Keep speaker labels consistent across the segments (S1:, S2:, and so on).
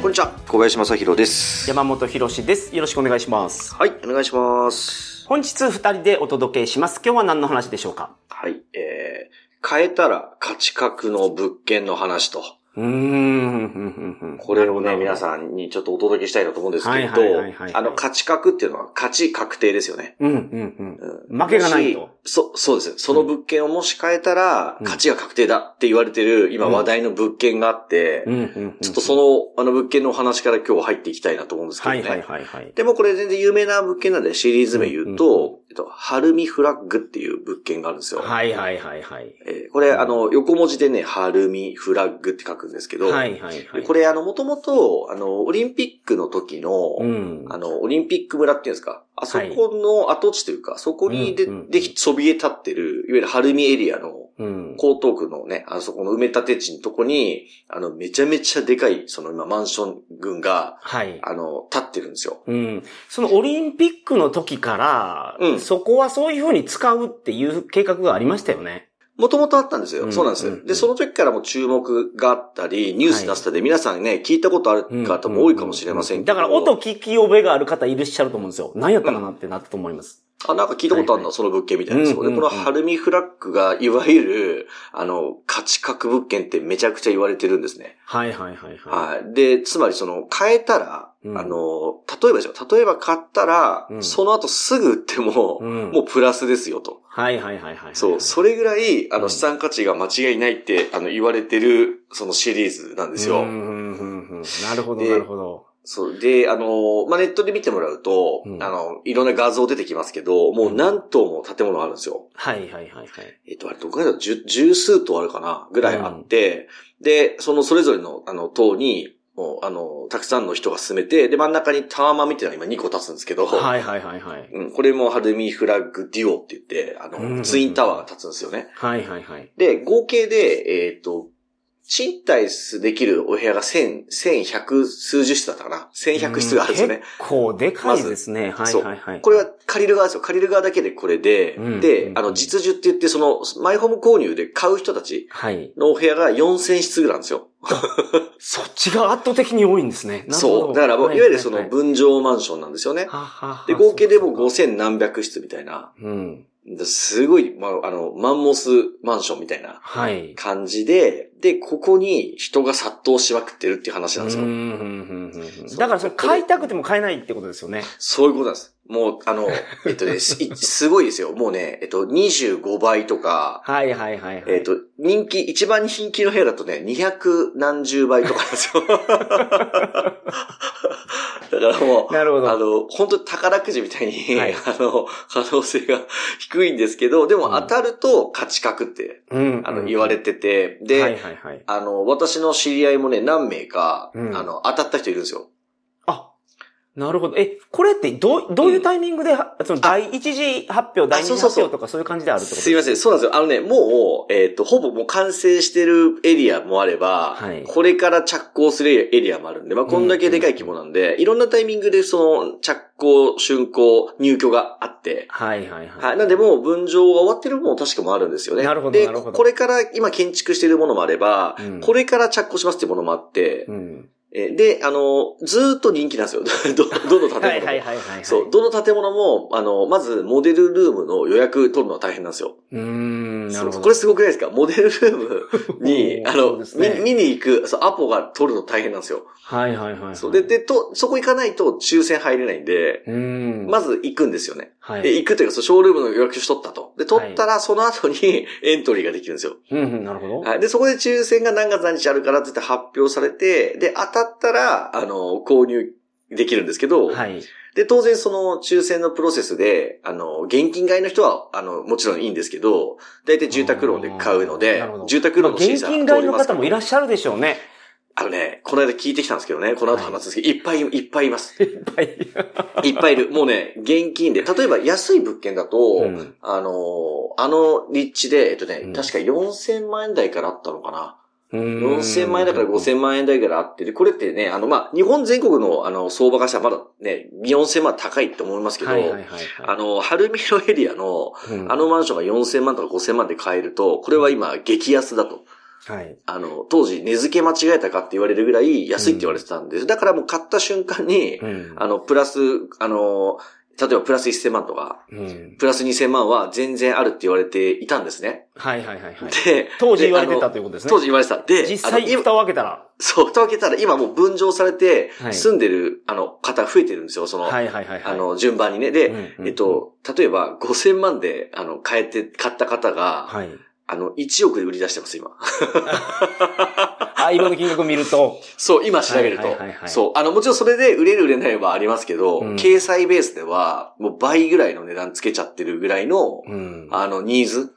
S1: こんにちは。小林正宏です。
S2: 山本博史です。よろしくお願いします。
S1: はい、お願いします。
S2: 本日二人でお届けします。今日は何の話でしょうか
S1: はい、えー、変えたら価値格の物件の話と。
S2: うーん。
S1: これを
S2: な
S1: ね、
S2: るほど
S1: 皆さんにちょっとお届けしたいなと思うんですけど
S2: はいはいはいはい、
S1: あの、価値格っていうのは価値確定ですよね。
S2: うん、うん、
S1: う
S2: うん。負けがない
S1: も
S2: と。
S1: しそ、そうです。その物件をもし変えたら、
S2: うん
S1: 価値が確定だって言われてる、今
S2: うん
S1: 話題の物件があって、
S2: うん、うん。
S1: ちょっとその、あの物件のお話から今日入っていきたいなと思うんですけど
S2: は
S1: ね。
S2: い、はい、はい、はい。
S1: でもこれ全然有名な物件なんで、シリーズ名言うと、
S2: うんうん
S1: えっと、ハルミフラッグっていう物件があるんですよ。
S2: はい、はい、はい、はい。
S1: えーこれ、あの、横文字でね、ハルミフラッグって書くんですけど、
S2: はい、はい、はい。
S1: これ、あの、もともと、あの、オリンピックの時の、
S2: うん。
S1: あの、オリンピック村っていうんですか、あそこの跡地というか、そこにで、
S2: うんうん
S1: でき、そびえ立ってる、いわゆるハルミエリアの、
S2: うん。
S1: 江東区のね、あそこの埋め立て地のとこに、あの、めちゃめちゃでかい、その今、マンション群が、
S2: はい。
S1: あの、立ってるんですよ。
S2: うん。そのオリンピックの時から、
S1: うん
S2: そこはそういうふうに使うっていう計画がありましたよね。
S1: もともとあったんですよ。
S2: うん
S1: そうなんです
S2: うんう
S1: よ。
S2: ん
S1: で、その時からも注目があったり、ニュース出したで、皆さんね、聞いたことある方も多いかもしれませんけど。
S2: だから、音聞き覚えがある方いらっしゃると思うんですよ。何やったかなってなったと思います。
S1: あ、なんか聞いたことある
S2: はい
S1: な、
S2: はい
S1: その物件みたいな。
S2: うん
S1: そうで、
S2: うん
S1: このハルミフラッグが、いわゆる、あの、価値格物件ってめちゃくちゃ言われてるんですね。
S2: はい、はい、はい、は
S1: は
S2: い。
S1: い。で、つまりその、変えたら、
S2: うん
S1: あの、例えばですよ。例えば買ったら、
S2: うん
S1: その後すぐ売っても、
S2: うん
S1: もうプラスですよと。
S2: はいはいはいはい。
S1: そう、それぐらい、あ
S2: う
S1: の、
S2: ん
S1: 資産価値が間違いないって、あの、言われてる、そのシリーズなん
S2: う
S1: ですよ。
S2: んうんうんうんなるほど、
S1: で
S2: なるほど。
S1: そう。で、あのーまあ、ネットで見てもらうと、
S2: うん
S1: あの、いろんな画像出てきますけど、もう何棟も建物あるんですよ。
S2: はいはいはいはい。
S1: えっと、あれ、どこかだろう十、十数棟あるかなぐらいあって、で、そのそれぞれの、あの、棟に、もう、あの、たくさんの人が住めて、で、真ん中にタワマンみたいなのが今2個立つんですけど、
S2: はいはいはいはい。
S1: うん、これもハルミフラッグデュオって言って、あの、
S2: うん
S1: ツインタワーが立つんですよね。
S2: はいはいはい。
S1: で、合計で、えっ、と、賃貸できるお部屋が1000、1100数十室だったかな ?1100 室があるんですよね。
S2: 結構でかいですね。はいはいはい。
S1: これは、借りる側ですよ。借りる側だけでこれで、
S2: うん
S1: で、
S2: うん
S1: あの、実需って言って、その、マイホーム購入で買う人たち
S2: はい。
S1: のお部屋が4000室ぐらいなんですよ。
S2: そっちが圧倒的に多いんですね。なるほど
S1: そう。だからもう、
S2: はい
S1: わゆるその
S2: はいはい
S1: 分譲マンションなんですよね。
S2: ははは
S1: で、合計でもう
S2: そうか
S1: 5000何百室みたいな、
S2: うん。
S1: すごい、まあ、あの、マンモスマンションみたいな
S2: はい。
S1: 感じで、で、ここに人が殺到しまくってるっていう話なんですよ。
S2: うんうんうんうん
S1: そう
S2: だからそれ買いたくても買えないってことですよね。
S1: そういうことなんです。もう、あの、えっとね、すすごいですよ。もうね、えっと、25倍とか、
S2: はいはいはいはい。
S1: えっ、と、人気、一番人気の部屋だとね、二百何十倍とかなんですよ。だ からもう、
S2: なるほど。
S1: あの、本当に宝くじみたいに、
S2: はい
S1: あの、可能性が低いんですけど、でも
S2: うん
S1: 当たると価値格って、
S2: うんうん
S1: あの、言われてて、で、
S2: はいはいはい。
S1: あの、私の知り合いもね、何名か、
S2: うん
S1: あの、当たった人いるんですよ。
S2: あ、なるほど。え、これってどう、どういうタイミングで、はその第一次発表、第二
S1: そう
S2: 次
S1: そう
S2: 発
S1: そう
S2: 表とかそういう感じであるってこと
S1: すいません、そうなんですよ。あのね、もう、えっ、と、ほぼもう完成してるエリアもあれば、
S2: はい
S1: これから着工するエリアもあるんで、まあ、こんだけでかい規模なんで、いろんなタイミングでその着工、竣工、入居があって、
S2: はいはいはい。
S1: はい。なんでもう分譲が終わってるものも確かもあるんですよね。
S2: なるほど
S1: で
S2: なるほど
S1: これから今建築しているものもあれば、
S2: うん
S1: これから着工しますっていうものもあって、
S2: うん。
S1: えで、あの、ずーっと人気なんですよ。 ど、どの建物も。
S2: はいはいはいはい。
S1: そう、。どの建物も、あの、まず、モデルルームの予約取るのは大変なんですよ。
S2: うーん、なる
S1: そ
S2: ほど。
S1: うこれすごくないですかモデルルームに、
S2: おー
S1: あ
S2: そう
S1: の、
S2: ですね
S1: 見見に行く、そう、アポが取るの大変なんですよ。
S2: はいはいはいはい。
S1: そう。で、、で、と、そこ行かないと抽選入れないんで、
S2: うーん。
S1: まず行くんですよね。
S2: はい、
S1: で、行くというか、そう、ショールームの予約書取ったと。で、取ったら、その後に エントリーができるんですよ。
S2: うんうん、なるほど。
S1: はい。で、そこで抽選が何月何日あるからって言って発表されて、で、当たったら、あの、購入できるんですけど、
S2: はい。
S1: で、当然その抽選のプロセスで、あの、現金買いの人は、あの、もちろんいいんですけど、大体住宅ローンで買うの
S2: あー
S1: で
S2: なるほ、ど
S1: 住宅ローンの審査
S2: まあ現金買い
S1: 通
S2: の
S1: りますか
S2: 方
S1: ら
S2: もいらっしゃるでしょうね。
S1: あのね、この間聞いてきたんですけどね、この後話すんですけど、いっぱい、いっぱいいます。
S2: いっぱい。
S1: いっぱいいる。もうね、現金で。例えば安い物件だと、
S2: うん
S1: あのー、あの立地で、えっとね、
S2: うん
S1: 確か4000万円台からあったのかな。
S2: 4000
S1: 4000万円だから5000万円台からあって、で、これってね、あの、まあ、日本全国の、あの、相場がしたまだね、4000万高いと思いますけど、
S2: はいはいはい
S1: あ
S2: は
S1: の、春見のエリアの、
S2: い。うん
S1: あのマンションが4000万とか5000万で買えると、これは今、激安だと。
S2: はい。
S1: あの、当時、値付け間違えたかって言われるぐらい安いって言われてたんです。だからもう買った瞬間に、
S2: うん
S1: あの、プラス、あの、例えばプラス1000万とか、
S2: うん
S1: プラス2000万は全然あるって言われていたんですね。
S2: はいはいはいはい。
S1: で、
S2: 当時言われて
S1: であ
S2: た
S1: の
S2: ということですね。
S1: 当時言われてた。で、
S2: 実
S1: あ
S2: 際、
S1: の今
S2: 蓋を開けたら。
S1: そう、蓋を開けたら今もう分譲されて、
S2: はい
S1: 住んでる、あの、方増えてるんですよ、その、
S2: はいはいはいはい。
S1: あの、順番にね。で、
S2: うんうん
S1: えっと、例えば5000万で、あの、買えて、買った方が、
S2: はい。
S1: あの、1億で売り出してます、今。
S2: あ、今の金額見ると。
S1: そう、今調べると。
S2: はいはいはいはい
S1: そう。あの、もちろんそれで売れる売れないはありますけど、
S2: うん
S1: 掲載ベースでは、もう倍ぐらいの値段つけちゃってるぐらいの、
S2: うん
S1: あの、ニーズ。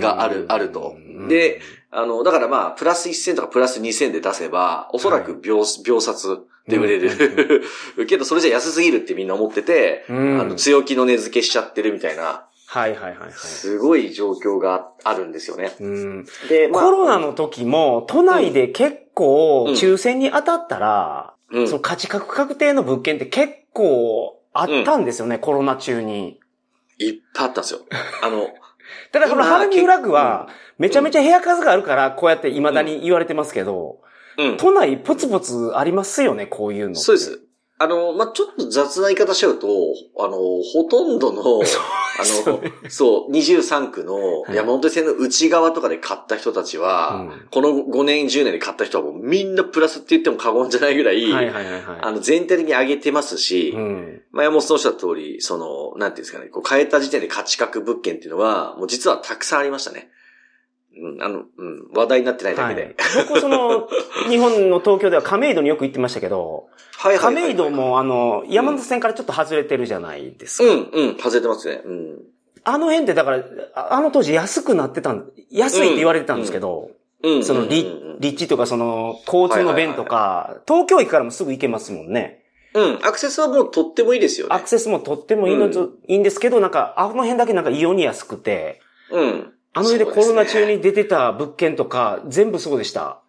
S1: があるあるとで、あの、だからまあ、プラス1000とかプラス2000で出せば、おそらく秒、秒殺で売れる。 けど、それじゃ安すぎるってみんな思ってて、
S2: うんうんうん
S1: あの、強気の値付けしちゃってるみたいな、
S2: はいはいはいはい。
S1: すごい状況があるんですよね。
S2: うん
S1: で、
S2: コ
S1: まあ、
S2: ロナの時も、都内で結構、
S1: うん
S2: 抽選に当たったら、
S1: うん、
S2: その価値確確定の物件って結構あったんですよね、コロナ中に。
S1: いっぱいあったんです よ。あの、
S2: ただこの
S1: 今
S2: ハルミフラグは、めちゃめちゃ部屋数があるから、こうやって未だに言われてますけど、
S1: うん。
S2: 都内ポツポツありますよね、こういうの。
S1: そうで。す。あの、まあ、ちょっと雑な言い方しちゃうと、あの、ほとん どの、あ
S2: そう
S1: の、そう、23区の
S2: はい
S1: 山手線の内側とかで買った人たちは、
S2: うん
S1: この5年、10年で買った人はもうみんなプラスって言っても過言じゃないぐらい、
S2: はいはいはいはい。
S1: あの、全体的に上げてますし、
S2: うん。
S1: まあ、山本さんおっしゃった通り、その、なんていうんですかね、こう変えた時点で価値格物件っていうのは、もう実はたくさんありましたね。うん、あの、うん、話題になってないだ
S2: は
S1: けで。
S2: い、僕、その、日本の東京では亀戸によく行ってましたけど、
S1: はい、はいはいはい
S2: 亀戸も、あの、山手線からちょっと外れてるじゃないですか。
S1: うん、うん、外れてますね。うん。
S2: あの辺って、だから、ああの当時安くなってたん、安いって言われてたんですけど、
S1: うん。
S2: その
S1: うん
S2: 立
S1: うんうん、
S2: 立地とか、その、交通の便とか、東京駅からもすぐ行けますもんね。
S1: うん、アクセスはもうとってもいいですよね。
S2: アクセスもとってもいいのと、
S1: う
S2: いいんですけど、なんか、あの辺だけなんか異様に安くて、
S1: うん。
S2: あの辺で
S1: そう
S2: コ
S1: です
S2: ロ
S1: ね
S2: ナ中に出てた物件とか、全部そうでした。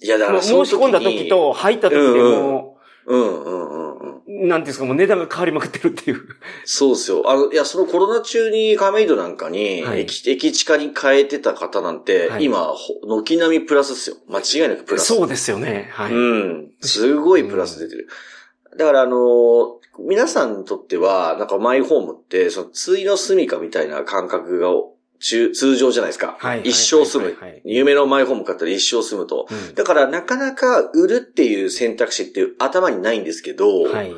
S1: いや、だか
S2: もう
S1: らその
S2: 申
S1: 時
S2: し込んだ時
S1: に。
S2: と入った時で
S1: うん
S2: も
S1: うん、うん、うんうん。
S2: う、なんていうんですか、もう値段が変わりまくってるっていう。
S1: そうっすよ。あの、いや、そのコロナ中に亀戸なんかに、
S2: はい
S1: 駅、駅地下に変えてた方なんて、
S2: はい
S1: 今、ほ軒並みプラスっすよ。間違いなくプラス。
S2: そうですよね。はい。
S1: うん。すごいプラス出てる。だからあのー皆さんにとっては、なんかマイホームって、その、ついの住みかみたいな感覚が、中通常じゃないですか。
S2: はい
S1: 一生住
S2: はい
S1: む
S2: はいはいはい。
S1: 夢のマイホーム買ったら一生住むと。
S2: うん
S1: だからなかなか売るっていう選択肢って頭にないんですけど、
S2: はい。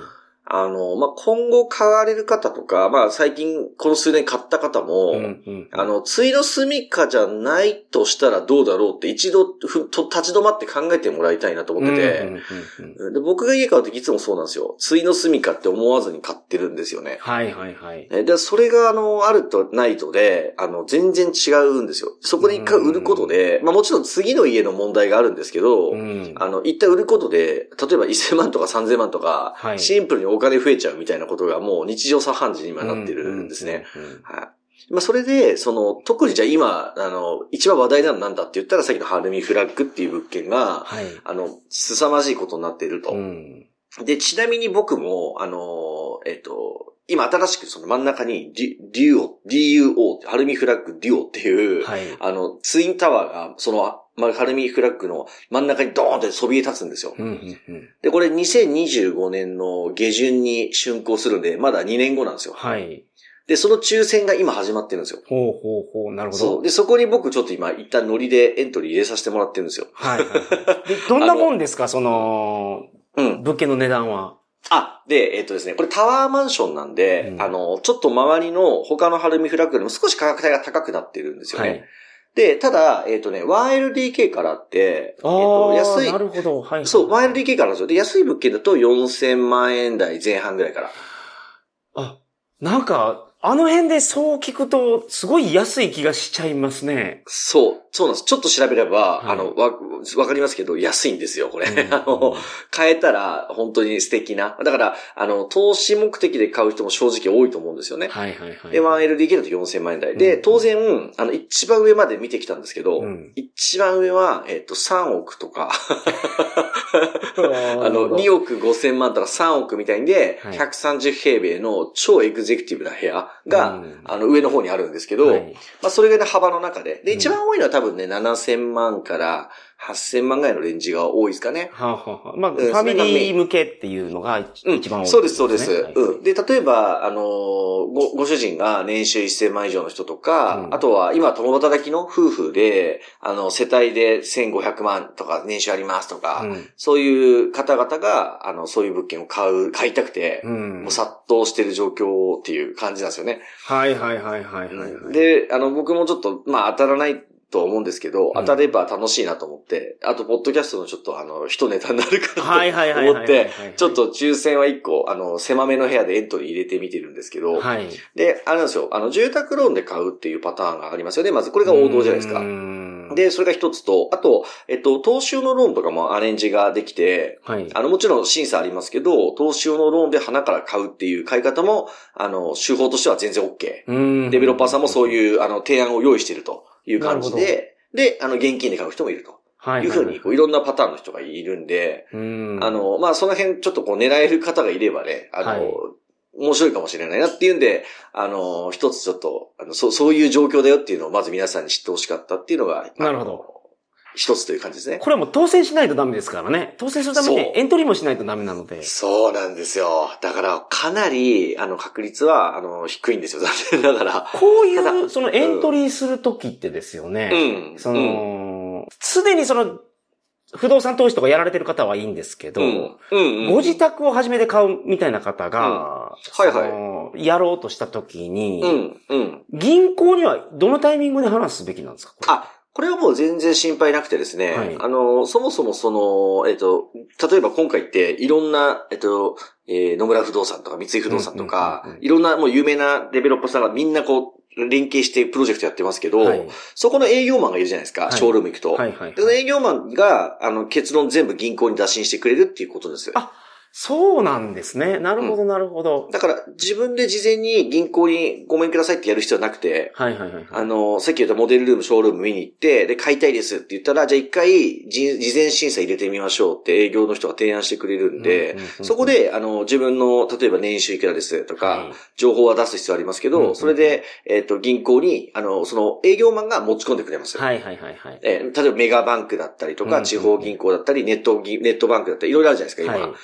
S1: あの、まあ、今後買われる方とか、まあ、最近この数年買った方も、
S2: うん
S1: あ、の、ついの住みかじゃないとしたらどうだろうって一度ふと立ち止まって考えてもらいたいなと思ってて、
S2: うんうんうんうん
S1: で僕が家買うときいつもそうなんですよ。ついの住みかって思わずに買ってるんですよね。
S2: はいはいはい。
S1: えで、それが、あの、あるとないとで、あの、全然違うんですよ。そこで一回売ることで、まあもちろん次の家の問題があるんですけど、
S2: うん
S1: あの、一旦売ることで、例えば1000万とか3000万とか、
S2: はい
S1: シンプルにお金増えちゃうみたいなことがもう日常茶飯事に今なってるんですね。。
S2: うんうんうん
S1: はい。まあ、それで、その、特にじゃあ今、あの、一番話題なのなんだって言ったら、さっきのハルミフラッグっていう物件が、
S2: はい。
S1: あの、凄まじいことになっていると。
S2: うん
S1: で、ちなみに僕も、あの、えっ、と、今新しくその真ん中にデュ、デュオ、DUO って、ハルミフラッグデュオっていう、
S2: はい。
S1: あの、ツインタワーが、その、まあ、ハルミフラッグの真ん中にドーンってそびえ立つんですよ。
S2: うんうんうん
S1: で、これ2025年の下旬に竣工するんで、まだ2年後なんですよ。
S2: はい。
S1: で、その抽選が今始まってるんですよ。
S2: ほうほうほう。なるほ
S1: そう。
S2: ど。
S1: で、そこに僕ちょっと今、一旦ノリでエントリー入れさせてもらってるんですよ。
S2: はいはいはい。で、どんなもんですか、その、
S1: うん。
S2: 物件の値 段は。
S1: あ、で、えっとですね、これタワーマンションなんで、
S2: うん
S1: あの、ちょっと周りの他のハルミフラッグよりも少し価格帯が高くなってるんですよ
S2: は
S1: ね。
S2: い。
S1: で、ただ、えっとね、1LDK からあって、えっ
S2: あ
S1: と、
S2: あ、
S1: 安い
S2: な、るほど。はいはい。
S1: そう、1LDK からなんですよ。で、安い物件だと4000万円台前半ぐらいから。
S2: あ、なんか、あの辺でそう聞くと、すごい安い気がしちゃいますね。
S1: そう。そうなんです。ちょっと調べれば、
S2: うん
S1: あの、わ、わかりますけど、安いんですよ、これ。
S2: うん
S1: あの、買えたら、本当に素敵な。だから、あの、投資目的で買う人も正直多いと思うんですよね。
S2: はいはいはい。
S1: で、1LDK だと4000万円台。
S2: う
S1: で、
S2: ん
S1: 当然、あの、一番上まで見てきたんですけど、
S2: うん
S1: 一番上は、えっ、と、3億とか、
S2: あ
S1: あの、
S2: の、
S1: 2億5千万とか3億みたいんで、
S2: はい
S1: 130平米の超エグゼクティブな部屋が、
S2: うん
S1: あの、上の方にあるんですけど、
S2: はい
S1: まあ、それぐらいの幅の中で。で、
S2: うん
S1: 一番多いのは多分ね、7000万から8000万ぐらいのレンジが多いですかね。
S2: はあ、はあはあ、まあ、
S1: ん
S2: ファミリー向けっていうのが一
S1: うん、
S2: 一番多い、
S1: そうです、そうです。
S2: はい
S1: うん。で、例えば、あのーご、ご主人が年収1000万以上の人とか、
S2: うん
S1: あとは、今、共働きの夫婦で、あの、世帯で1500万とか年収ありますとか、
S2: うん
S1: そういう方々が、あの、そういう物件を買う、買いたくて、
S2: うん。
S1: もう殺到してる状況っていう感じなんですよね。
S2: はいはいはいはいはい、はい。、
S1: で、あの、僕もちょっと、まあ当たらないと思うんですけど、
S2: ん
S1: 当たれば楽しいなと思って、あと、ポッドキャストのちょっと、あの、一ネタになるか
S2: はいはい
S1: な
S2: はい
S1: と
S2: はい
S1: 思
S2: は
S1: っ
S2: い。
S1: て、ちょっ、と抽選は一個、あの、狭めの部屋でエントリー入れてみてるんですけど、
S2: はい。
S1: で、あれなんですよ、あの、住宅ローンで買うっていうパターンがありますよね。まず、これが王道じゃないですか。
S2: か、
S1: で、それが一つと、あと、えっと、投資用のローンとかもアレンジができて、
S2: はい。
S1: あの、もちろん審査ありますけど、投資用のローンで花から買うっていう買い方も、あの、手法としては全然 OK。
S2: うん
S1: デベロッパーさんもそう
S2: う、
S1: いう、あの、提案を用意しているという感じ
S2: なる
S1: で、で、あの、現金で買う人もいると。
S2: はいいう
S1: ふうに、こういろんなパターンの人がいるんで、
S2: うん。
S1: あ、の、まあ、その辺、ちょっとこう、狙える方がいればね、あの、
S2: はい
S1: 面白いかもしれないなっていうんで、あの、一つちょっと、あの、そう、そういう状況だよっていうのをまず皆さんに知ってほしかったっていうのが、
S2: なるほど。
S1: 一つという感じですね。
S2: これはもう当選しないとダメですからね。当選するために
S1: そう
S2: エントリーもしないとダメなので。
S1: そうなんですよ。だから、かなり、あの、確率は、あの、低いんですよ。残念ながら。
S2: こう
S1: た
S2: いう、
S1: だ
S2: そのエントリーするときってですよね。
S1: うん
S2: その、すでにその、不動産投資とかやられてる方はいいんですけど、
S1: うん。うん、うん。
S2: ご自宅を初めて買うみたいな方が、
S1: うんはいはい
S2: そのやろうとしたときに、
S1: うん、うん。
S2: 銀行にはどのタイミングで話すべきなんですかこれ
S1: あ、これはもう全然心配なくてですね、
S2: はい
S1: あの、そもそもその、えっと、例えば今回っていろんな、えっと、えー野村不動産とか三井不動産とか、
S2: うんうんうんうん
S1: いろんなもう有名なデベロッパーさんがみんなこう、連携してプロジェクトやってますけど、
S2: はい
S1: そこの営業マンがいるじゃないですか、
S2: はい
S1: ショールーム行くと。
S2: はいはい
S1: で、その。営業マンが、あの、結論全部銀行に打診してくれるっていうことです。
S2: あそうなんですね。なるほど、なるほど。
S1: だから、自分で事前に銀行にごめんくださいってやる必要はなくて、
S2: はいはいはい。
S1: あの、さっき言ったモデルルーム、ショールーム見に行って、で、買いたいですって言ったら、じゃあ一回、じ事前審査入れてみましょうって営業の人が提案してくれるんで、
S2: うんうんうんうん
S1: そこで、あの、自分の、例えば年収いくらですとか、
S2: はい
S1: 情報は出す必要ありますけど、
S2: うんうんうん
S1: それで、えっ、と、銀行に、あの、その営業マンが持ち込んでくれます。
S2: はいはいはいはい。
S1: えー例えばメガバンクだったりと
S2: うんうんう
S1: か、
S2: ん
S1: 地方銀行だったり、ネット銀、ネットバンクだったり、いろいろあるじゃないですか、今。
S2: は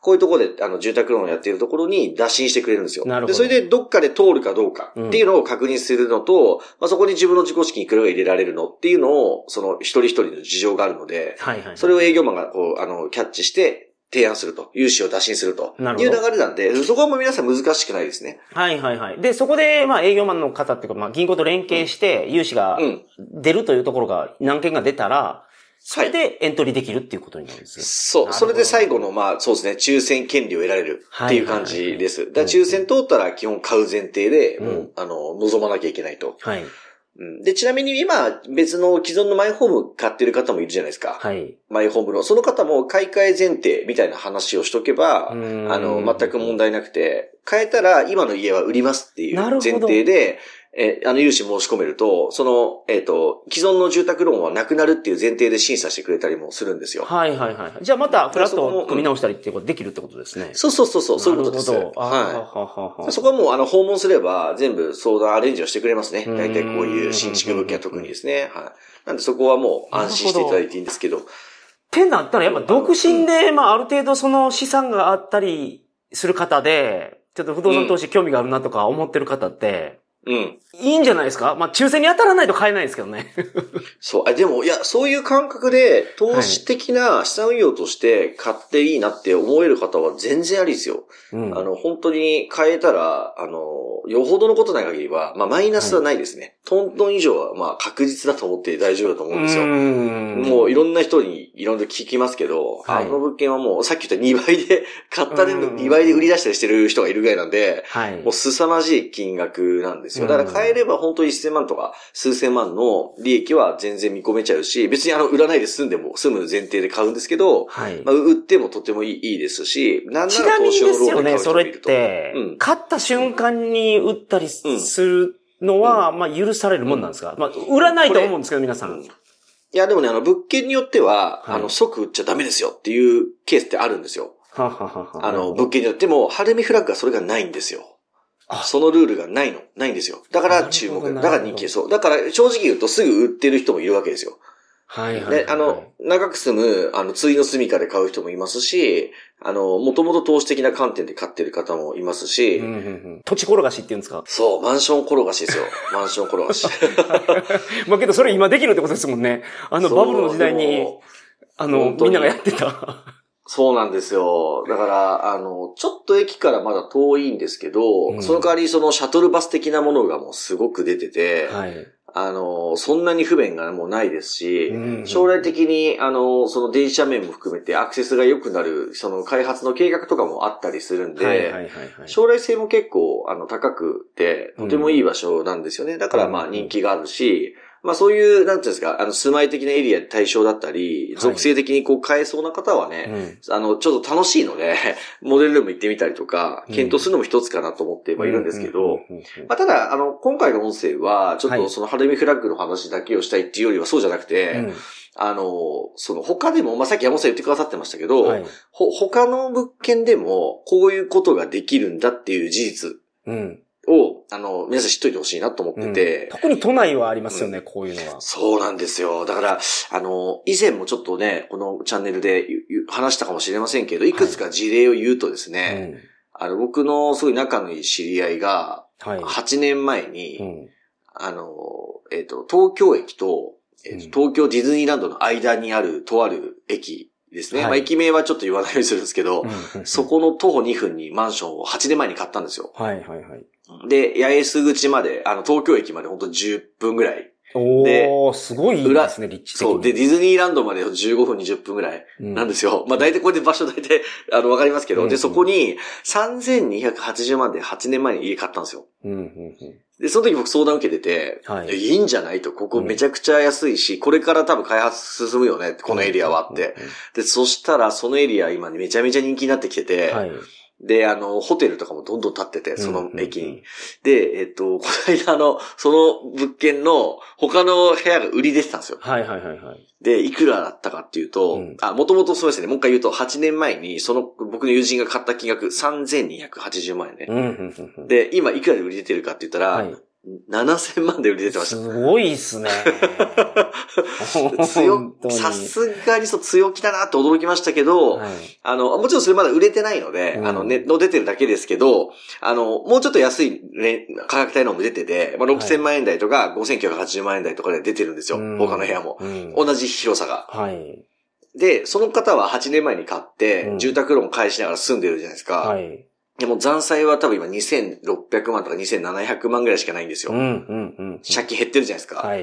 S1: こういうところで、あの、住宅ローンをやっているところに打診してくれるんですよ。
S2: なるほど
S1: で、それでどっかで通るかどうかっていうのを確認するのと、まあ、そこに自分の自己資金いくらが入れられるのっていうのを、その一人一人の事情があるので、
S2: はいはい。
S1: それを営業マンがこう、あの、キャッチして、提案すると。融資を打診すると。
S2: なるほど
S1: いう流れなんで、そこはもう皆さん難しくないですね。
S2: はいはいはい。で、そこで、まあ営業マンの方っていうか、まあ銀行と連携して、融資が
S1: うん。
S2: 出るというところが、何件が出たら、それでエントリーできるっていうことになるんです。
S1: そう。
S2: なるほ
S1: そ
S2: ど
S1: れで最後の、まあ、そうですね、抽選権利を得られるっていう感じです。
S2: い
S1: だから抽選通ったら基本買う前提で、
S2: うん
S1: もう、あの、望まなきゃいけないと。
S2: はい。
S1: うんで、ちなみに今、別の既存のマイホーム買ってる方もいるじゃないですか。
S2: はい。
S1: マイホームの。その方も買い替え前提みたいな話をしとけば、
S2: うん
S1: あの、全く問題なくて、買えたら今の家は売りますっていう
S2: なる
S1: 前
S2: ほど
S1: 提で、え、あの、融資申し込めると、その、えっ、と、既存の住宅ローンはなくなるっていう前提で審査してくれたりもするんですよ。
S2: はいはいはい。じゃあまた、フラットを組み直したりっていうことできるってことですね。
S1: そうそうそうそう、そういうことです。
S2: なるほどあーは
S1: は。
S2: はははい
S1: そこはもう、あの、訪問すれば、全部相談アレンジをしてくれますね。
S2: うん
S1: 大体こういう新築物件は特にですね。はい。なんでそこはもう安心していただいていいんですけど。
S2: ってなったら、やっぱ独身で、まあ、ある程度その資産があったりする方で、ちょっと不動産投資興味があるなとか思ってる方って、
S1: うん。
S2: いいんじゃないですかまあ、抽選に当たらないと買えないですけどね。
S1: そう。あ、でも、いや、そういう感覚で、投資的な資産運用として買っていいなって思える方は全然ありですよ。
S2: うん
S1: あの、本当に買えたら、あの、よほどのことない限りは、まあ、マイナスはないですね。トントン以上は、まあ、確実だと思って大丈夫だと思うんですよ。もうい
S2: ろ
S1: ろんな人にいろいろ聞きますけど、
S2: はい
S1: あの物件はもうさっき言った2倍で、 買った
S2: うん
S1: 分2倍で売り出したりしてる人がいるぐらいなんで、
S2: はい
S1: もう。凄まじい金額なんですよ。だから変えれば本当に1000万とか数千万の利益は全然見込めちゃうし、別にあの、売らないで済んでも、済む前提で買うんですけど、
S2: はい。
S1: まあ、売ってもとてもいいいいですし、なん
S2: ち
S1: な
S2: な
S1: ら
S2: み
S1: 投
S2: に
S1: 資
S2: で
S1: 用
S2: す
S1: ロー
S2: よ
S1: ンで買う
S2: ね、
S1: 人
S2: そ
S1: も
S2: れ
S1: い
S2: っ
S1: ると。
S2: て
S1: う、ん
S2: 勝った瞬間に打ったり
S1: うん
S2: するのは、まあ許されるもんなんですかまあ、売らないと思うんですけど、皆さ
S1: うんん。いや、でもね、あの、物件によっては、
S2: はい
S1: あの、即売っちゃダメですよっていうケースってあるんですよ。
S2: はははは
S1: あの、物件によっても、晴海フラッグはそれがないんですよ
S2: あ。
S1: そのルールがないの。ないんですよ。だか
S2: なるほ
S1: ら
S2: ど
S1: 注目。
S2: な
S1: だ
S2: るほど
S1: から人気。そう。だから正直言うとすぐ売ってる人もいるわけですよ。
S2: はいはいはいはい。
S1: で、あの、長く住む、あの、ついの住みかで買う人もいますし、あの、もともと投資的な観点で買ってる方もいますし、
S2: うんうんうん、土地転がしって言うんですか
S1: そう、マンション転がし ですよ。マンション転がし。
S2: まあけどそれ今できるってことですもんね。あの
S1: そう
S2: バブルの時代
S1: で
S2: に、
S1: も
S2: あの、
S1: 本当
S2: み
S1: に
S2: んながやってた。
S1: そうなんですよ。だから、あの、ちょっと駅からまだ遠いんですけど、
S2: うん
S1: その代わりそのシャトルバス的なものがもうすごく出てて、
S2: はい。
S1: あの、そんなに不便がもうないですし、
S2: うん
S1: 将来的に、あの、その電車面も含めてアクセスが良くなる、その開発の計画とかもあったりするんで、
S2: はいはいはいはい。
S1: 将来性も結構、あの、高くて、とてもいい場所なんですよね。だから、まあ、
S2: うん
S1: 人気があるし、まあ、そういう、なんていうんですか、あの、住まい的なエリア対象だったり、
S2: はい
S1: 属性的にこう変えそうな方は
S2: う
S1: ね、
S2: ん
S1: あの、ちょっと楽しいので、 モデルルーム行ってみたりとか、
S2: うん
S1: 検討するのも一つかなと思ってはいるんですけど、、
S2: うんうんうん
S1: まあ、ただ、あの、今回の音声は、ちょっ
S2: はい
S1: とその、ハルミフラッグの話だけをしたいっていうよりはそうじゃなくて、
S2: うん
S1: あの、その、他でも、まあ、さっき山本さん言ってくださってましたけど、
S2: はい
S1: ほ、他の物件でも、こういうことができるんだっていう事実
S2: うん
S1: を、あの、皆さん知っといてほしいなと思ってて、
S2: うん特に都内はありますよね、こういうのは。
S1: そうなんですよ。だから、あの、以前もちょっとね、このチャンネルでゆゆ話したかもしれませんけど、いくつか事例を言うとですね、
S2: うん
S1: あの、僕のすごい仲のいい知り合いが、
S2: はい。
S1: 8年前に、
S2: うん
S1: あの、えっ、と、東京駅と、えーと東京ディズニーランドの間にある、とある駅ですね。
S2: はい
S1: まあ、駅名はちょっと言わないようにするんですけど、
S2: うん
S1: そこの徒歩2分にマンションを8年前に買ったんですよ。
S2: はいはいはい。
S1: で、八重洲口まで、あの、東京駅までほんと10分ぐらい。
S2: おー、すごいですね、立地的に。
S1: そう。で、ディズニーランドまで15分、20分ぐらいなんですすよ。まあ大体これで場所大体、 あの、わかりますけど。
S2: うんう
S1: で、
S2: ん
S1: そこに3280万で8年前に家買ったんですよ。
S2: うんうんうん
S1: で、その時僕相談受けてて、
S2: はい
S1: い、いんじゃないと、ここめちゃくちゃ安いし、これから多分開発進むよね、このエリアはって。。で、そしたらそのエリア今めちゃめちゃ人気になってきて
S2: う
S1: て、
S2: んはい。
S1: で、あの、ホテルとかもどんどん建ってて、その駅に。
S2: うんうんうん
S1: で、えっと、こ の間あの、その物件の他の部屋が売り出てたんですよ。
S2: はいはいはいはい。
S1: で、いくらだったかっていうと、
S2: うん
S1: あ、もともとそうですね、もう一回言うと、8年前に、その、僕の友人が買った金額、3280万円ね。
S2: うんうんうんうん
S1: で、今いくらで売り出てるかって言ったら、
S2: はい
S1: 7000万で売り出てまし
S2: す
S1: た。
S2: ごいっす ね。
S1: 強
S2: 本、当に
S1: さすがにそう強気だなって驚きましたけど、
S2: はい
S1: あの、もちろんそれまだ売れてないので、
S2: うん
S1: あの、ネット出てるだけですけど、あの、もうちょっと安い、ね、価格帯のも出てて、まあ、
S2: はい
S1: 6000万円台とか5980万円台とかで出てるんですよ。
S2: うん
S1: 他の部屋も。
S2: うん
S1: 同じ広さが。
S2: はい。
S1: で、その方は8年前に買って、
S2: うん
S1: 住宅ローン返しながら住んでるじゃないですか。
S2: はい。
S1: でも残債は多分今2600万とか2700万ぐらいしかないんですよ。
S2: うんうんうん。
S1: 借金減ってるじゃないですか。
S2: はい。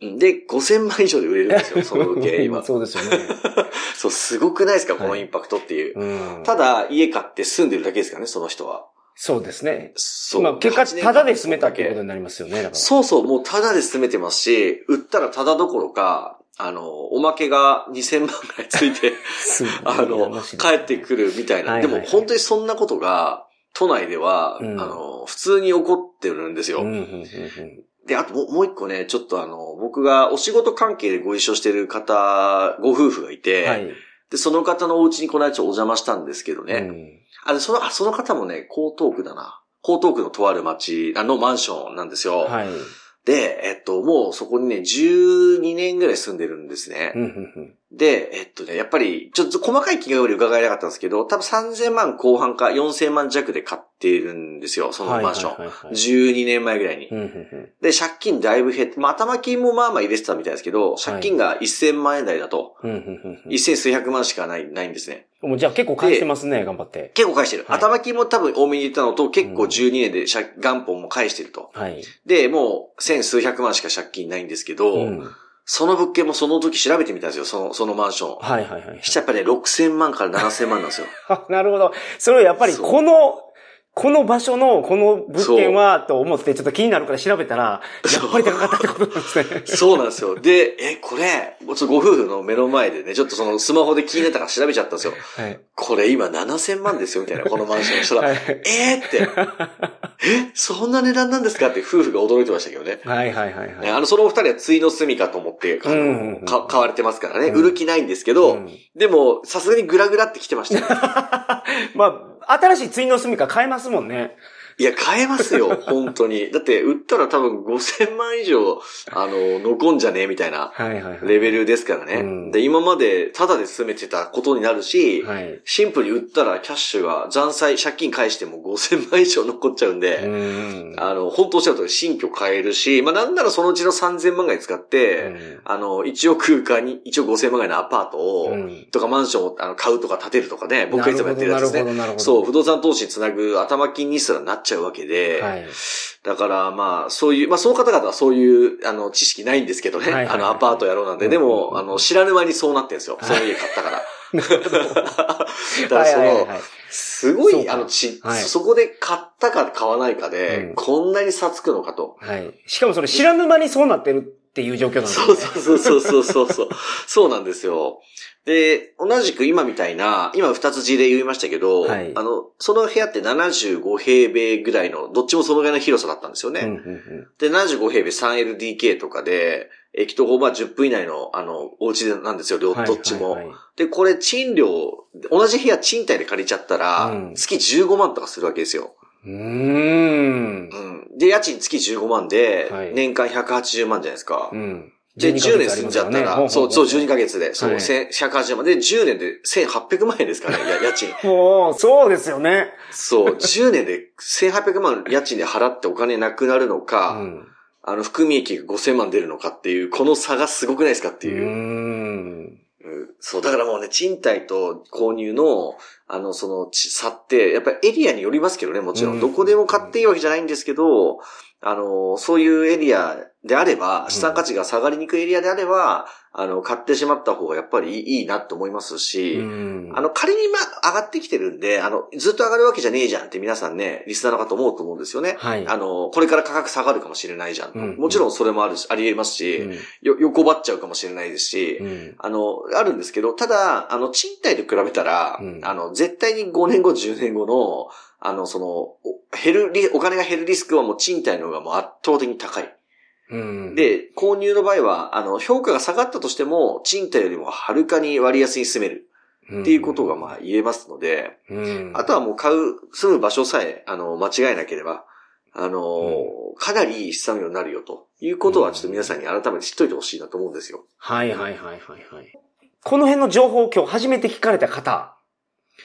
S1: うんで、5000万以上で売れるんですよ、その物件今。
S2: そうですよね。
S1: そう、すごくないですか、この
S2: はい
S1: インパクトっていう。
S2: うん
S1: た、だ、家買って住んでるだけですからね、その人は。
S2: そうですね。
S1: そう。
S2: まあ結果、
S1: 8年
S2: た
S1: 間
S2: だで住めたっていうことになりますよね。だから
S1: そうそう、もうただで住めてますし、売ったらただどころか、あの、おまけが2000万ぐらいつい て、
S2: すごい
S1: あの、
S2: 話ですね
S1: 帰ってくるみたい
S2: は
S1: な。
S2: い
S1: で
S2: はいはい
S1: も本当にそんなことが、都内では、
S2: うん
S1: あの、普通に起こってるんですよ。
S2: うんうんうんうん
S1: で、あともうもう一個ね、ちょっとあの、僕がお仕事関係でご一緒してる方、ご夫婦がいて、
S2: はい。
S1: で、その方のお家にこの間ちょっとお邪魔したんですけどね、
S2: うん
S1: あの、その、あ、その方もね、江東区だな。江東区のとある町、あのマンションなんですよ。
S2: はい。
S1: で、えっと、もうそこにね、12年ぐらい住んでるんですね。
S2: うんうんうん
S1: で、えっとね、やっぱり、ちょっと細かい金額より伺えなかったんですけど、多分3000万後半か4000万弱で買っているんですよ、そのマンション。
S2: はいはいはいはい
S1: 12年前ぐらいに。
S2: うんうん
S1: で、借金だいぶ減って、まあ、頭金もまあまあ入れてたみたいですけど、借金が1000万円台だと、
S2: うんうんうんうん
S1: 一千数百万しかない、ないんですね。
S2: もうじゃあ結構返してますね、頑張って。
S1: 結構返してる。
S2: はい
S1: 頭金も多分多めに入れたのと、結構
S2: うん
S1: 12年で借元本も返してると。
S2: はい。
S1: で、もう千数百万しか借金ないんですけど、
S2: うんはい
S1: その物件もその時調べてみたんですよ、その、そのマンション。
S2: はいはいはい。
S1: したらやっぱりね、6000万から7000万なんですよ。
S2: あなるほど。それをやっぱり
S1: そう
S2: この、この場所の、この物件は、と思って、ちょっと気になるから調べたら、やっぱり高かったってことなんですね。
S1: そうなんですよ。で、え、これ、ちょっとご夫婦の目の前でね、ちょっとそのスマホで気になったから調べちゃったんですよ。
S2: はい。
S1: これ今7000万ですよ、みたいな、このマンションの人ら。
S2: は
S1: え
S2: い
S1: ーって、え、そんな値段なんですかって夫婦が驚いてましたけどね。
S2: はいはいはい
S1: ね
S2: はい。
S1: あの、そのお二人は対の住みかと思って、あの
S2: うんうんうん
S1: か買われてますからね。
S2: うん
S1: 売る気ないんですけど、
S2: うん
S1: でも、さすがにグラグラって来てましたよ。
S2: まあ、新しい次の住みか変えますもんね。
S1: いや、買えますよ、本当に。だって、売ったら多分5000万以上、あの、残んじゃねえみたいな
S2: はいはいはい。
S1: レベルですからね。
S2: うん
S1: で、今までタダで住めてたことになるし、
S2: はい。
S1: シンプルに売ったらキャッシュが残債、借金返しても5000万以上残っちゃうんで、
S2: うん
S1: あの、本当おっしゃる通り新居買えるし、まあなんならそのうちの3000万ぐらい使って、
S2: うん
S1: あの、1億かに、1億5000万ぐらいのアパートを、
S2: うん
S1: とかマンションをあの買うとか建てるとかね、僕がいつもやってるやつです
S2: なるほどなる
S1: ね
S2: ほ。ど
S1: そう、不動産投資につなぐ頭金にすらなっちゃうわけで、
S2: はい。
S1: だからまあ、そういう、まあその方々はそういう、あの、知識ないんですけどね、
S2: はいはいはい
S1: あの、アパートやろうなんで、
S2: うん
S1: でも、あの、知らぬ間にそうなってんですよ。その家買ったから。 だからそ
S2: はいはい
S1: の
S2: は、い
S1: すご
S2: そう
S1: い、
S2: か
S1: あの、ち、
S2: はい
S1: そこで買ったか買わないかで、
S2: うん
S1: こんなに差つくのかと。
S2: はい。はい。しかもそれ知らぬ間にそうなってるっていう状況なんですね。
S1: そうそうそうそうそうそう。そうなんですよ。で、同じく今みたいな、今二つ字で言いましたけど、
S2: はい
S1: あの、その部屋って75平米ぐらいの、どっちもそのぐらいの広さだったんですよね。
S2: うんうんうん
S1: で、75平米 3LDK とかで、駅とほぼ10分以内の、あの、お家なんですよ、両、
S2: はい
S1: どっちも。
S2: はいはい
S1: で、これ賃料、同じ部屋賃貸で借りちゃったら、
S2: うん
S1: 月15万とかするわけですよ。
S2: うーん。
S1: うん。で、家賃月15万で
S2: はい、
S1: 年間180万じゃないですか。
S2: うん。
S1: で、
S2: 12
S1: 10
S2: ヶ月
S1: 年
S2: あり
S1: 住ん
S2: ま
S1: じ
S2: す
S1: ゃ
S2: か
S1: っ
S2: ら
S1: た
S2: ね
S1: ら、そう、そう、12ヶ月で、そう、
S2: はい
S1: 千180万。で、10年で1800万円ですからね、や 家賃。
S2: もう、そうですよね。
S1: そう、10年で1800万家賃で払ってお金なくなるの
S2: う
S1: か、
S2: ん。
S1: あの、含み益が5000万出るのかっていう、この差がすごくないですかっていう。う
S2: ん。
S1: んそう、だからもうね、賃貸と購入の、あの、その、ち差って、やっぱりエリアによりますけどね、もちろ
S2: うん
S1: ん。どこでも買っていいわけじゃないんですけど、あの、そういうエリアであれば、資産価値が下がりにくいエリアであれば、あの、買ってしまった方がやっぱりいいいいなと思いますし、あ
S2: あ
S1: の、仮にまあ、上がってきてるんで、あの、ずっと上がるわけじゃねえじゃんって皆さんね、リスナーの方思うと思うんですよね。
S2: はい。
S1: あの、これから価格下がるかもしれないじゃん。
S2: うん
S1: もちろんそれもあるし、あり得ますし、
S2: うん
S1: よ、横ばっちゃうかもしれないですし、
S2: うん
S1: あの、あるんですけど、ただ、あの、賃貸と比べたら、
S2: うん
S1: あの、絶対に5年後、10年後の、あの、その、お減るリ、お金が減るリスクはもう賃貸の方がもう圧倒的に高い。
S2: うん。
S1: で、購入の場合は、あの、評価が下がったとしても、賃貸よりもはるかに割安に住める
S2: うん、
S1: っていうことがまあ言えますので、
S2: うん、
S1: あとはもう買う、住む場所さえ、あの、間違えなければ、あの、かなりいい資産量になるよということは、ちょっと皆さんに改めて知っといてほしいなと思うんですよ。
S2: はいはいはいはいはい。この辺の情報を今日初めて聞かれた方、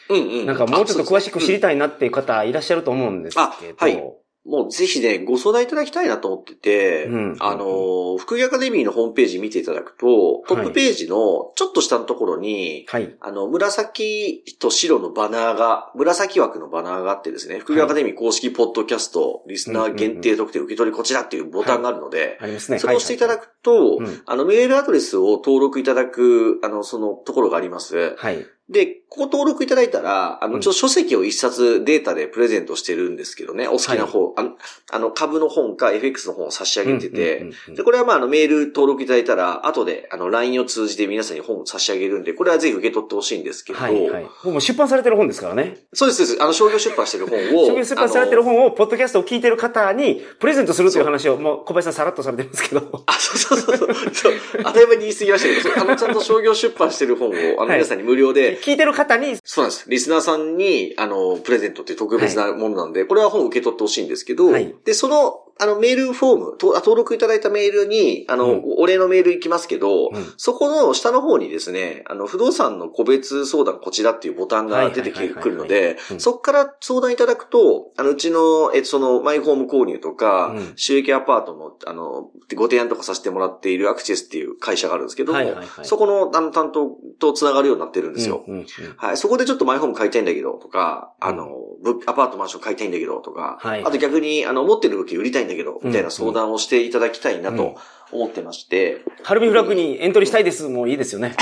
S1: うんうん。
S2: なんかもうちょっと詳しく知
S1: り
S2: りたいなっていう方いらっしゃると思うんですけ
S1: あ
S2: ど。
S1: はいもうぜひね、ご相談いただきたいなと思ってて、
S2: うん
S1: あのー、福井アカデミーのホームページ見ていただくと、トップページのちょっと下のところに、
S2: はい。
S1: あの、紫と白のバナーが、紫枠のバナーがあってですね、福井アカデミー公式ポッドキャスト、リスナー限定特典受け取りこちらっていうボタンがあるので、
S2: ありますね。
S1: それを押していただ
S2: く。
S1: くと、
S2: うん
S1: あの、メールアドレスを登録いただく、あの、そのところがあります。
S2: はい。
S1: で、ここ登録いただいたら、あ
S2: うん
S1: の、ちょっと書籍を一冊データでプレゼントしてるんですけどね、お好きな方、あのあの、株の本か FX の本を差し上げてて、
S2: うんうんうんうん
S1: で、これはまあ、あの、メール登録いただいたら、後で、あの、LINE を通じて皆さんに本を差し上げるんで、これはぜひ受け取ってほしいんですけど、
S2: はいはい。もう出版されてる本ですからね。
S1: そうです、そうです。あの、商業出版してる本を、
S2: 商業出版されてる本を、ポッドキャストを聞いてる方に、プレゼントするという話を、もう小林さんさらっとされてますけど。
S1: あ、そうそうそうそう。そう当たり前に言い過ぎましたけどそう、あの、ちゃんと商業出版してる本を、あの、
S2: はい
S1: 皆さんに無料で、
S2: 聞いてる方に、
S1: そうなんです。リスナーさんに、あの、プレゼントっていう特別なものなんで、これは本を受け取ってほしいんですけど、
S2: はい
S1: で、その、あの、メールフォーム、とあ登録いただいたメールに、あの、
S2: うん
S1: お礼のメール行きますけど、
S2: うん
S1: そこの下の方にですね、あの、不動産の個別相談こちらっていうボタンが出て
S2: はいはいはいはい
S1: くるので
S2: う、ん
S1: そこから相談いただくと、あの、うちの、え、その、マイホーム購入とか
S2: うん、
S1: 収益アパートの、あの、ご提案とかさせてもらっているアクチェスっていう会社があるんですけども、
S2: はいはいはい
S1: そこの、あの、担当と繋がるようになってるんですよ。
S2: うんうんうん
S1: はい、そこでちょっとマイホーム買いたいんだけど、とか、
S2: うん
S1: あの、ぶアパートマンション買いたいんだけど、とか、
S2: はい
S1: あと逆に、あの、持ってる物件売りたいんだけど、みたい
S2: うん
S1: な相談をしていただきたいな
S2: うん
S1: と思ってまして。
S2: ハルミフラッグにエントリーしたいです。もういいですよね。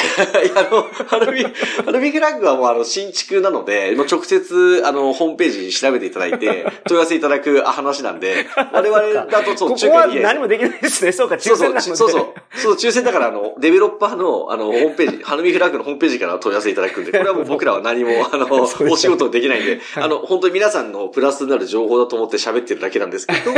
S1: いや、あの、ハルビ、ハルビフラッグはもうあの、新築なので、もう直接、あの、ホームページに調べていただいて、問い合わせいただくあ話なん で、我々だと、そう、
S2: ここは
S1: に
S2: 何もできないですね。そうか、
S1: そ
S2: 抽
S1: うそ
S2: 選なの
S1: う、
S2: で。
S1: そうそう。そう、抽選だから、あの、デベロッパーの、あの、ホームペー ジ、ハルミフラッグのホームページから問い合わせいただくんで、これはもう僕らは何も、あの、
S2: そうです
S1: お仕事できないんで、あの、本当に皆さんのプラスになる情報だと思って喋ってるだけなんですけ ど、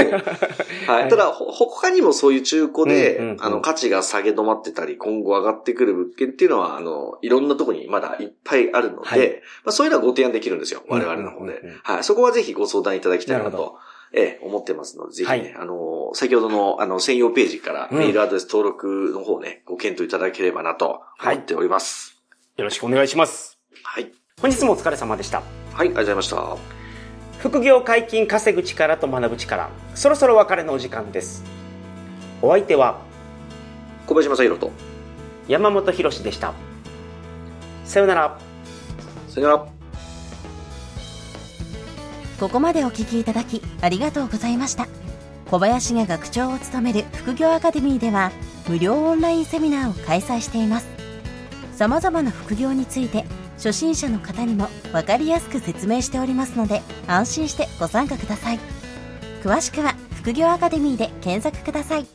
S1: はい。ただ、ほ他にもそういう中古で、
S2: うんうんうん
S1: あの、価値が下げ止まってたり、今後上がってくる物件っていうのは、あの、いろんなとこにまだいっぱいあるので、
S2: はい
S1: まあ、そういうのはご提案できるんですよ、我々の
S2: う
S1: 方
S2: んうん
S1: で
S2: うんうん。
S1: はい。そこはぜひご相談いただきたいな
S2: なるほ
S1: と。ええ、思ってますので、ぜひね、
S2: はい
S1: あの、先ほどの、あの、専用ページから、
S2: うん
S1: メールアドレス登録の方ね、ご検討いただければなと思っております。
S2: よろしくお願いします。
S1: はい。
S2: 本日もお疲れ様でした。
S1: はい、ありがとうございまし
S2: 副業解禁稼ぐ力と学ぶ力そろそろお別れのお時間ですお相手は
S1: た。小林正宏と、
S2: 山本博史でしたさようなら
S1: さよなら。
S3: ここまでお聞きいただきありがとうございました小林が学長を務める副業アカデミーでは無料オンラインセミナーを開催しています様々な副業について初心者の方にも分かりやすく説明しておりますので安心してご参加ください詳しくは副業アカデミーで検索ください